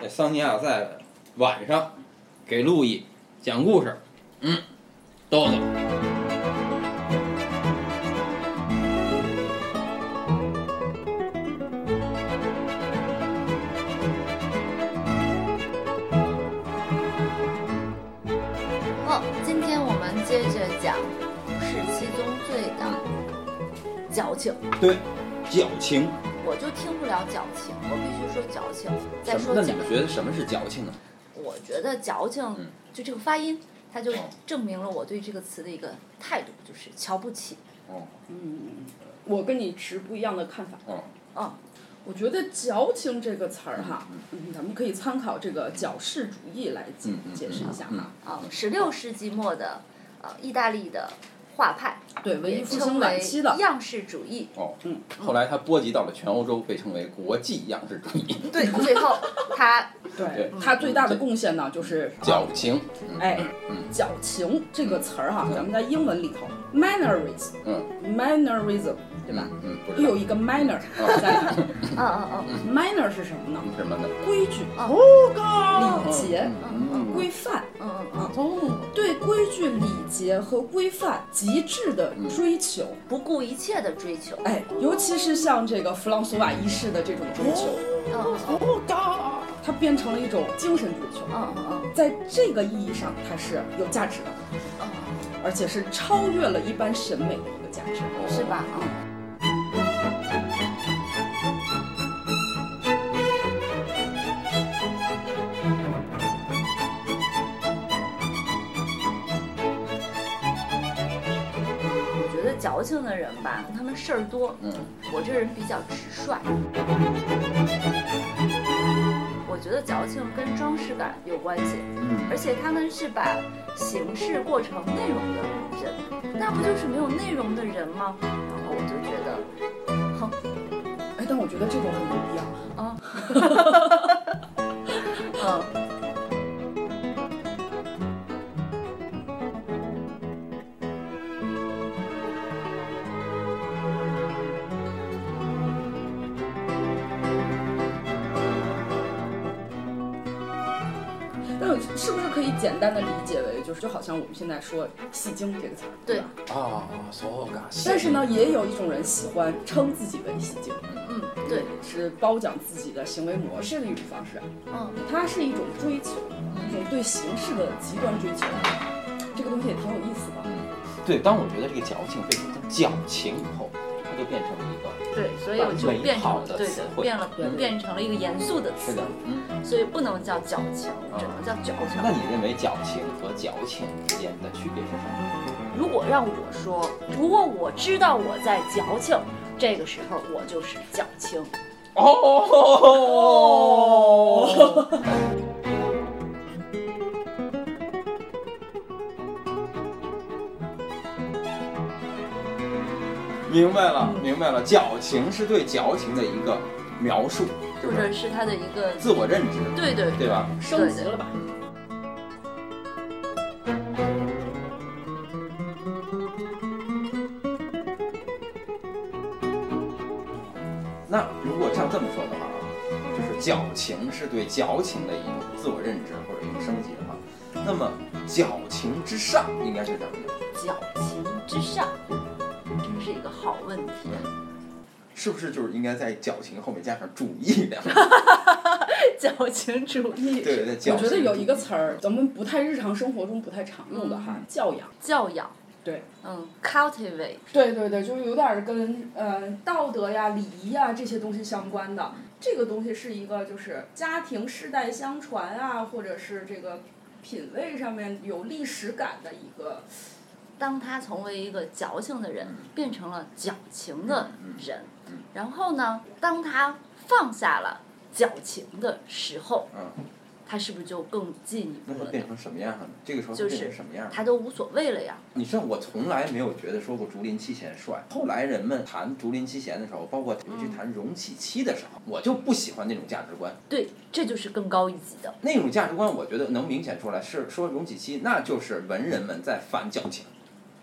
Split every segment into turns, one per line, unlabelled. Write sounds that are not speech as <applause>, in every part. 这桑尼亚在晚上给路易讲故事，嗯，豆豆。
哦，今天我们接着讲是七宗罪的矫情，
对，矫情。
我就听不了矫情，我必须说矫情。再
什么
说
那
几
你们
个，
觉得什么是矫情呢？
我觉得矫情
嗯
就这个发音，它就
哦
证明了我对这个词的一个态度，就是瞧不起。
哦
我跟你持不一样的看法。
哦，
嗯，
我觉得“矫情”这个词儿哈，嗯，咱们可以参考这个矫饰主义来解
嗯嗯
解释一下哈。
啊，十六世纪末的呃意大利的画派，
对，文艺
也
复兴
称
晚
为
期的，
样式主义。
哦，
嗯，
后来它波及到了全欧洲，被称为国际样式主义。
对，最后它
对
对
它最大的贡献呢，就是
矫情，
哎
嗯，
矫情这个词儿哈，咱们在英文里头，mannerism，mannerism，
嗯，
对吧？哎
嗯，不知
又
道
有一个 manner，
啊
咱看
嗯嗯嗯
manner 是什么呢？
什么呢？
规矩、
哦
哦，礼节、
嗯嗯
规范。
嗯嗯嗯，
哦，
对规矩、礼节和规范极致的追求，
不顾一切的追求。
哎，尤其是像这个弗朗索瓦一世的这种追求，
嗯嗯嗯
哦嘎，它变成了一种精神追求，啊
嗯嗯
在这个意义上它是有价值的，
嗯嗯。
而且是超越了一般审美的一个价值。
是吧？嗯。我觉得矫情的人吧，他们事儿多。
嗯，
我这人比较直率。我觉得矫情跟装饰感有关系，
嗯
而且他们是把形式过成内容的人，那不就是没有内容的人吗？然后我就觉得，
哎，但我觉得这种很牛逼啊！
嗯，
但我是不是可以简单的理解为，就是就好像我们现在说“戏精”这个词儿，
对
吧？
啊，そうか。
但是，呢，也有一种人喜欢称自己为“戏精
嗯，对，”，
是褒奖自己的行为模式的一种方式。
嗯，
它是一种追求，一种对形式的极端追求。这个东西也挺有意思的。
嗯对，当我觉得这个矫情被说成矫情以后，它就变成了一个，
对，所以我就
美
变成
好
了
的
对
词
的，
汇
变了
嗯
变成了一个严肃的
是
词
的，，嗯。
所以不能叫矫情，只能叫矫
那你
情。
认为矫情和矫情之间的区别是什么？
如果让我说，如果我知道我在矫情，这个时候我就是矫情。
哦， <laughs> 明白了，明白了，矫情是对矫情的一个描述，是
或
不
者
是？
是他的一个，
自我认知，
对对
对吧？
升级了吧？
那如果像这么说的话啊，就是矫情是对矫情的一种自我认知或者一种升级的话，那么矫情之上应该是什么呢？
矫情之上，真是一个好问题。啊
是不是就是应该在矫情后面加上主义两
<laughs>
个字？ <laughs>
矫情主义，
对对，矫
我
情
觉得有一个词儿，咱们不太日常生活中不太常用的哈
嗯，
教养。
教养，
对，
嗯，cultivate，
对对对，就是有点儿跟呃道德呀、礼仪呀这些东西相关的。这个东西是一个就是家庭世代相传啊，或者是这个品味上面有历史感的一个。
当他从为一个矫情的人变成了矫情的人
嗯嗯，
然后呢，当他放下了矫情的时候，
嗯，
他是不是就更进一
那
步
会
了
变
呢？
成什么样了呢？这个时候
就
变
是
成什么样了？
他都无所谓了呀。
你知道我从来没有觉得说过竹林七贤帅，后来人们谈竹林七贤的时候，包括
嗯
去谈荣启期的时候，我就不喜欢那种价值观。
对，这就是更高一级的。
那种价值观，我觉得能明显出来是说荣启期那就是文人们在反矫情，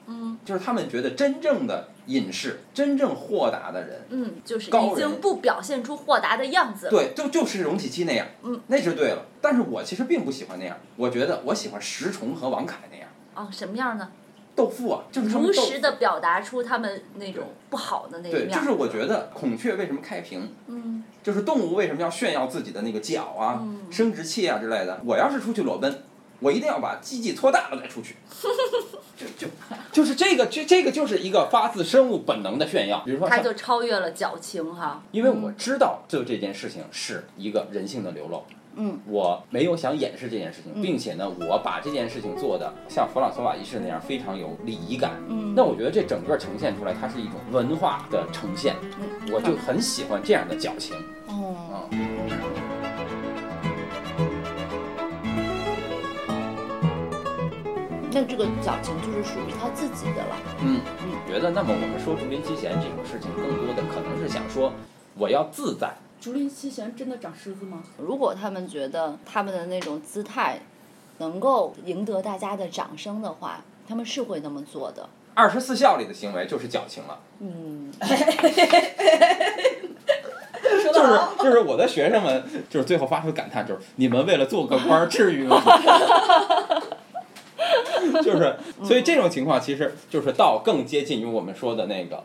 嗯
就是他们觉得真正的隐士、真正豁达的人，
嗯，就是
高
已经
人
不表现出豁达的样子了。
对，就就是容体期那样，
嗯，
那是对了。但是我其实并不喜欢那样，我觉得我喜欢石崇和王凯那样，
哦，什么样呢？
豆腐啊，就是他们
如
豆腐
实的表达出他们那种不好的那一
对，
面。
就是我觉得孔雀为什么开屏，
嗯
就是动物为什么要炫耀自己的那个角啊、
嗯
生殖器啊之类的。我要是出去裸奔，我一定要把鸡鸡搓大了再出
<laughs>
去。就就就是这个，这这个就是一个发自生物本能的炫耀。比如说
他
像，
就嗯超越了矫情哈。
因为我知道就这件事情是一个人性的流露。
嗯，
我没有想掩饰这件事
嗯
情，并且呢，我把这件事情做的像弗朗索瓦一世那样非常有礼仪感。
嗯
那我觉得这整个呈现出来，它是一种文化的呈现，
嗯
我就很喜欢这样的矫情。
哦，
啊。
那这个矫情就是属于他自己的了。
嗯
嗯，
觉得那么我们说竹林七贤这种事情，更多的可能是想说，我要自在。
竹林七贤真的长虱子吗？
如果他们觉得他们的那种姿态能够赢得大家的掌声的话，他们是会那么做的。
二十四孝里的行为就是矫情了，
嗯，
说
就
得
是
好，
就是我的学生们，就是最后发出感叹，就是你们为了做个官儿，至于吗？就是，所以这种情况其实就是道更接近于我们说的那个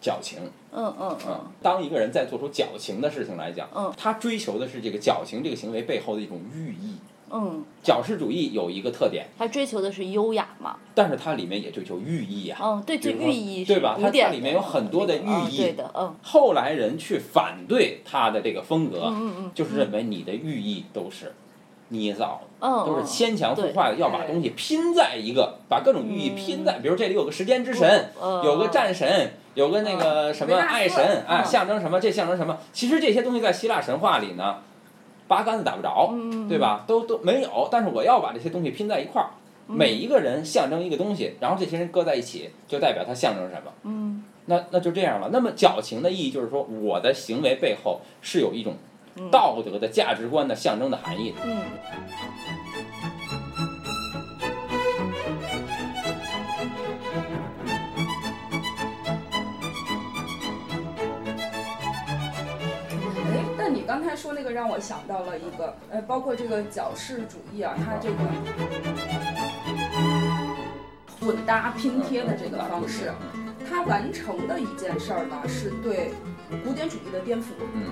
矫情。
嗯嗯嗯，
嗯，当一个人在做出矫情的事情来讲，
嗯，
他追求的是这个矫情这个行为背后的一种寓意。
嗯，
矫饰主义有一个特点，
他追求的是优雅嘛。
但是它里面也追求寓意啊。
嗯，对，这
比如说
寓意是
对吧它
古典
它里面有很多的寓
嗯
意
对的，嗯
后来人去反对他的这个风格，
嗯嗯
就是认为你的寓意都是捏造的，
嗯，
都是牵强附会的，要把
哎
东西拼在一个，把各种寓意拼在，比如这里有个时间之神，
嗯
有个战神，有个那个什么
维纳斯
爱神啊，
嗯
象征什么，这象征什么。其实这些东西在希腊神话里呢，八竿子打不着，
嗯，
对吧？都都没有，但是我要把这些东西拼在一块儿。
嗯
每一个人象征一个东西，然后这些人搁在一起，就代表它象征什么。
嗯？
那那就这样了。那么矫情的意义就是说，我的行为背后是有一种
嗯
道德的价值观的象征的含义的。
嗯嗯，
哎，那你刚才说那个让我想到了一个，呃，包括这个矫饰主义啊，它这个混搭拼嗯贴的这个方
嗯
式，啊它完成的一件事儿呢，是对古典主义的颠覆。
嗯，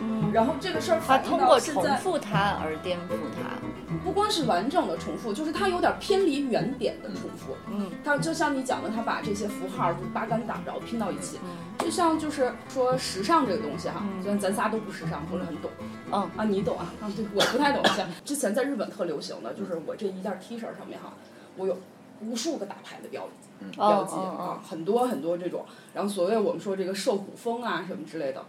嗯，
然后这个事儿
他
反映
通
到
过
现
重
在，
复它而颠覆它。
不光是完整的重复，就是它有点偏离原点的重复。
嗯
它就像你讲的，它把这些符号就八竿子打不着拼到一起，
嗯
就像就是说时尚这个东西哈，
嗯
虽然咱仨都不时尚，不是很懂。
嗯
啊，你懂啊？啊，对，我不太懂。像之前在日本特流行的，就是我这一件 T 恤上面哈，我有无数个大牌的标记标
哦
记啊
哦，
很多很多这种。然后所谓我们说这个受古风啊什么之类的，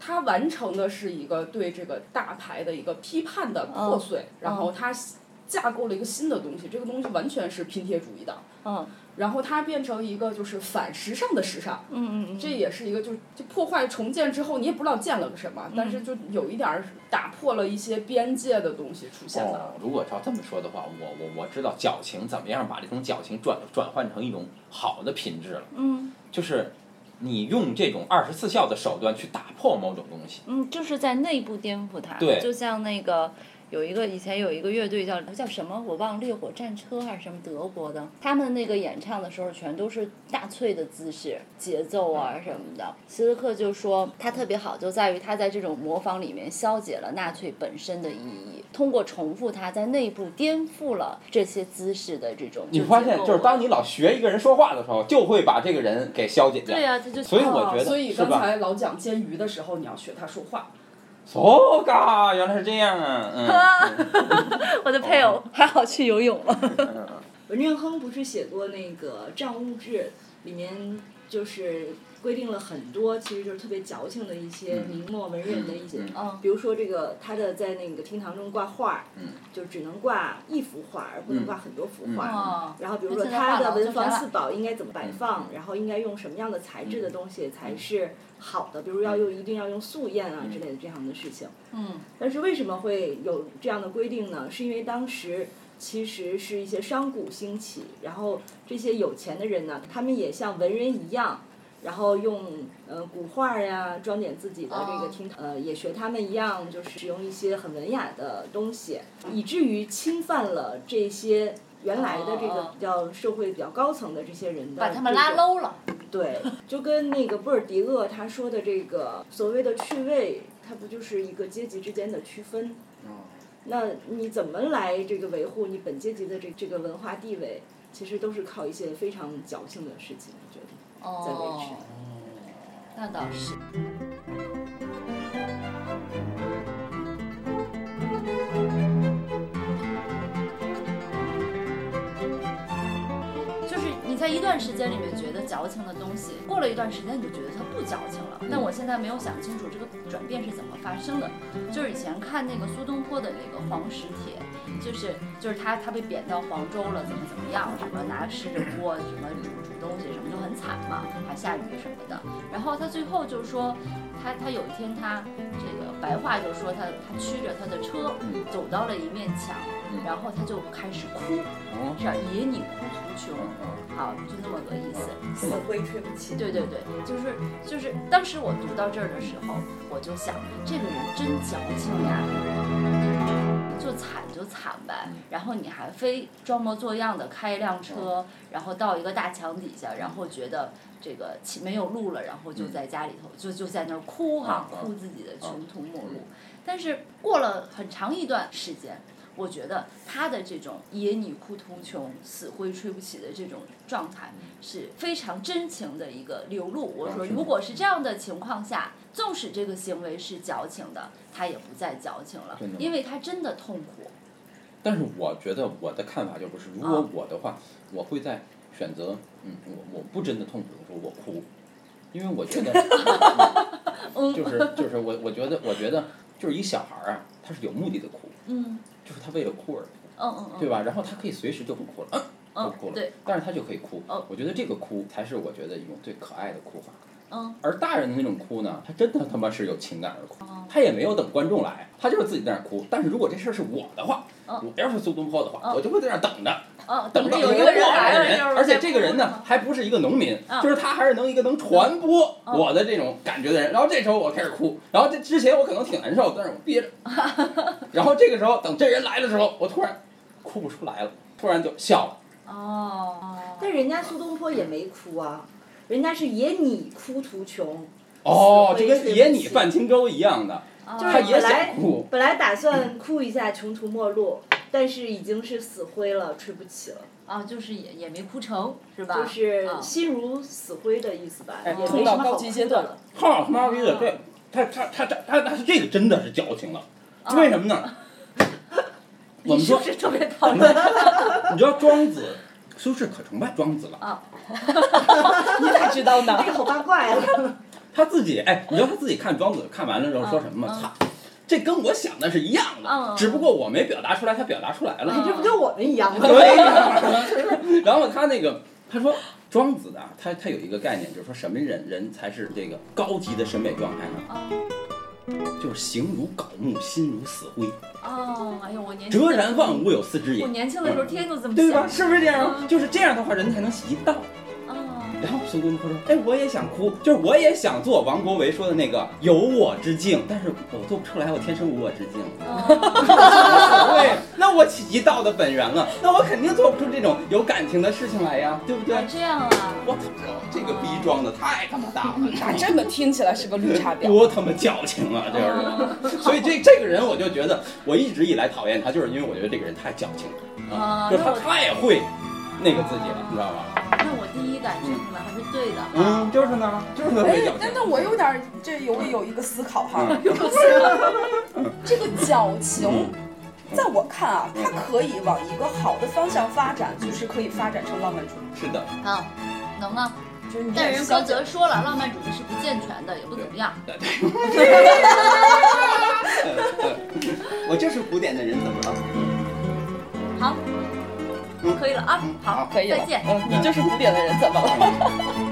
它完成的是一个对这个大牌的一个批判的破
嗯
碎，然后它架构了一个新的东西，这个东西完全是拼贴主义的。
嗯
然后它变成一个就是反时尚的时尚，
嗯嗯嗯，
这也是一个就是就破坏重建之后，你也不知道建了个什么，但是就有一点儿打破了一些边界的东西出现了。
哦，如果照这么说的话，我我我知道矫情怎么样把这种矫情转转换成一种好的品质了，
嗯
就是你用这种二十四孝的手段去打破某种东西。
嗯，就是在内部颠覆它。
对
就像那个有一个以前有一个乐队叫叫什么，我忘了，烈火战车还是什么德国的，他们那个演唱的时候全都是大粹的姿势、节奏
嗯
啊什么的。希斯克就说他特别好，就在于他在这种模仿里面消解了纳粹本身的意义，通过重复它在内部颠覆了这些姿势的这种。
你发现，就是当你老学一个人说话的时候，就会把这个人给消解掉
对。
啊
呀、他就
所以我觉得
所以
是吧
刚才老讲煎鱼的时候，你要学他说话。
哦，嘎，原来是这样啊！嗯
我的配
哦
偶还好去游泳了。
嗯嗯，嗯
文正亨不是写过那个《账务志》，里面就是规定了很多，其实就是特别矫情的一些
嗯
明末文人的一些，
嗯
比如说这个他的在那个厅堂中挂画儿，
嗯
就只能挂一幅画儿，而不能挂很多幅画儿。
嗯
哦，
然后，比如说
那现在
他
画
的
廊就
文
是
房
画
四宝应该怎么摆放，然后应该用什么样的材
嗯
质的东西才是好的，比如要用一定要用素砚啊之类的这样的事情。
嗯
但是为什么会有这样的规定呢？是因为当时其实是一些商贾兴起，然后这些有钱的人呢，他们也像文人一样，然后用呃古画呀装点自己的这
哦
个厅堂，呃也学他们一样，就是使用一些很文雅的东西，以至于侵犯了这些。原来的这
哦
个比较社会比较高层的这些人的、
把他们拉 low 了。
对，就跟那个布尔迪厄他说的这个所谓的趣味，它不就是一个阶级之间的区分？
哦
那你怎么来这个维护你本阶级的这这个文化地位？其实都是靠一些非常矫情的事情，我觉得。在维持
哦，那倒是。就是你在一段时间里面觉得矫情的东西，过了一段时间你就觉得它不矫情了。但我现在没有想清楚这个转变是怎么发生的。就是以前看那个苏东坡的那个《黄石帖》，就是就是他他被贬到黄州了，怎么怎么样，什么拿湿着锅，什么煮煮东西，什么就很惨嘛，还下雨什么的。然后他最后就说，他他有一天他这个白话就说他他驱着他的车
嗯
走到了一面墙，然后他就开始哭，
哦，嗯
是吧野女哭图穷，好，就那么个意思。
这么
归吹不起。
对对对，就是就是，当时我读到这儿的时候，我就想，这个人真矫情呀，就惨就惨呗，然后你还非装模作样的开一辆车，然后到一个大墙底下，然后觉得这个起没有路了，然后就在家里头就就在那儿哭哈，
嗯嗯嗯嗯
哭自己的穷途末路。但是过了很长一段时间，我觉得他的这种野女哭图穷，死灰吹不起的这种状态
嗯
是非常真情的一个流露。我说，
是的
如果是这样的情况下，纵使这个行为是矫情的，他也不再矫情了
真的，吗
因为他真的痛苦。
但是我觉得我的看法就不是，如
嗯
果我的话，我会在选择，嗯，我我不真的痛苦的时候我哭，因为我觉
<laughs>
得嗯， <laughs> 就是就是我我觉得我觉得就是一小孩儿啊，他是有目的的哭，
嗯
就是他为了哭而哭，
嗯嗯嗯，
对吧？然后他可以随时就不哭了，嗯，不
嗯
哭了，
对，
但是他就可以哭
嗯，
我觉得这个哭才是我觉得一种最可爱的哭法。
嗯
而大人的那种哭呢，他真的他妈是有情感而哭
哦，
他也没有等观众来，他就是自己在那儿哭。但是如果这事儿是我的话，
嗯
我要是苏东坡的话，
嗯
我就会在那儿等着，
嗯，
等
着
着
有一
一
个
过来
来
的
了，就是
而且
在
这个人
哭
呢，还不是一个农民，
嗯
就是他还是能一个能传播
嗯
我的这种感觉的人。然后这时候我开始哭，然后这之前我可能挺难受，但是我憋
<laughs>
着，然后这个时候等这人来的时候，我突然哭不出来了，突然就笑了。
哦，
但人家苏东坡也没哭啊，人家是野你哭图穷，
哦，
死
就
灰
跟
吹
野
不
你
起
泛轻舟一样的，
哦
就
他
是
也
本来
想哭。
本来打算哭一下穷途末路，但是已经是死灰了，吹不起了，
啊，就是也也没哭成，是吧？
就是
啊
心如死灰的意思吧，
哎
也没
碰
什
到
么
高
好
级
哭
阶
的
段
了。
号他妈逼的，
嗯
对，他他他他他他是这个真的是矫情了，为什么呢？
<laughs>
我们
嗯你是
说
不，是特别讨厌？
你知道庄子，苏轼可崇拜庄子了，
你咋知道呢
<laughs>
这个好八卦呀！
他自己哎，你知道他自己看庄子看完了之后说什
嗯
么吗？操，这跟我想的是一样的，只不过我没表达出来，他表达出来了。
嗯
这不跟我们一样
<laughs>
<laughs>
吗？
对呀， <laughs> 然后他那个他说。庄子的啊，他他有一个概念，就是说什么人人才是这个高级的审美状态呢？就是形如槁木，心如死灰。
哦，嗯哎呦，我年轻
哲
的
然万物有四肢也
我，年轻的时候天天都这么
对吧？
想。嗯
是不是这样？就是这样的话，人才能习道。
啊，
然后苏东坡说：“哎，我也想哭，就是我也想做王国维说的那个有我之境，但是我做不出来，我天生无我之境。 <laughs>
哦
对，那我起一道的本源了，那我肯定做不出这种有感情的事情来呀，对不对
哦，这
<laughs>
样啊？”，
我操，这个逼装的太他妈大
<laughs> 那
了，
真的听起来是个绿茶婊。
多他妈矫
<laughs>
情啊！这是，所以这这个人我就觉得，我一直以来讨厌他，就是因为我觉得这个人太矫情了，
啊
就是他
那我
太会那个自己了，你知道
啊
吗？
那我第一感觉可能还是对的哈。
嗯，就是呢，就是特别
哎
矫，情
但。但我有点儿这有有一个思考哈，
<laughs>
这个矫
嗯
情，在我看啊，它可以往
嗯
一个好的方向发展，就是可以发展成浪漫主义。
是的，
啊，能啊，
就是你
但
在
人
消
格
解
则说了，浪漫主义是不健全的，也不怎么样。
<laughs> 嗯 <laughs> 我就是古典的人，怎么了？
好，可以了啊，好，啊
可以了
再见。
嗯，你就是古典的人，怎么了？
嗯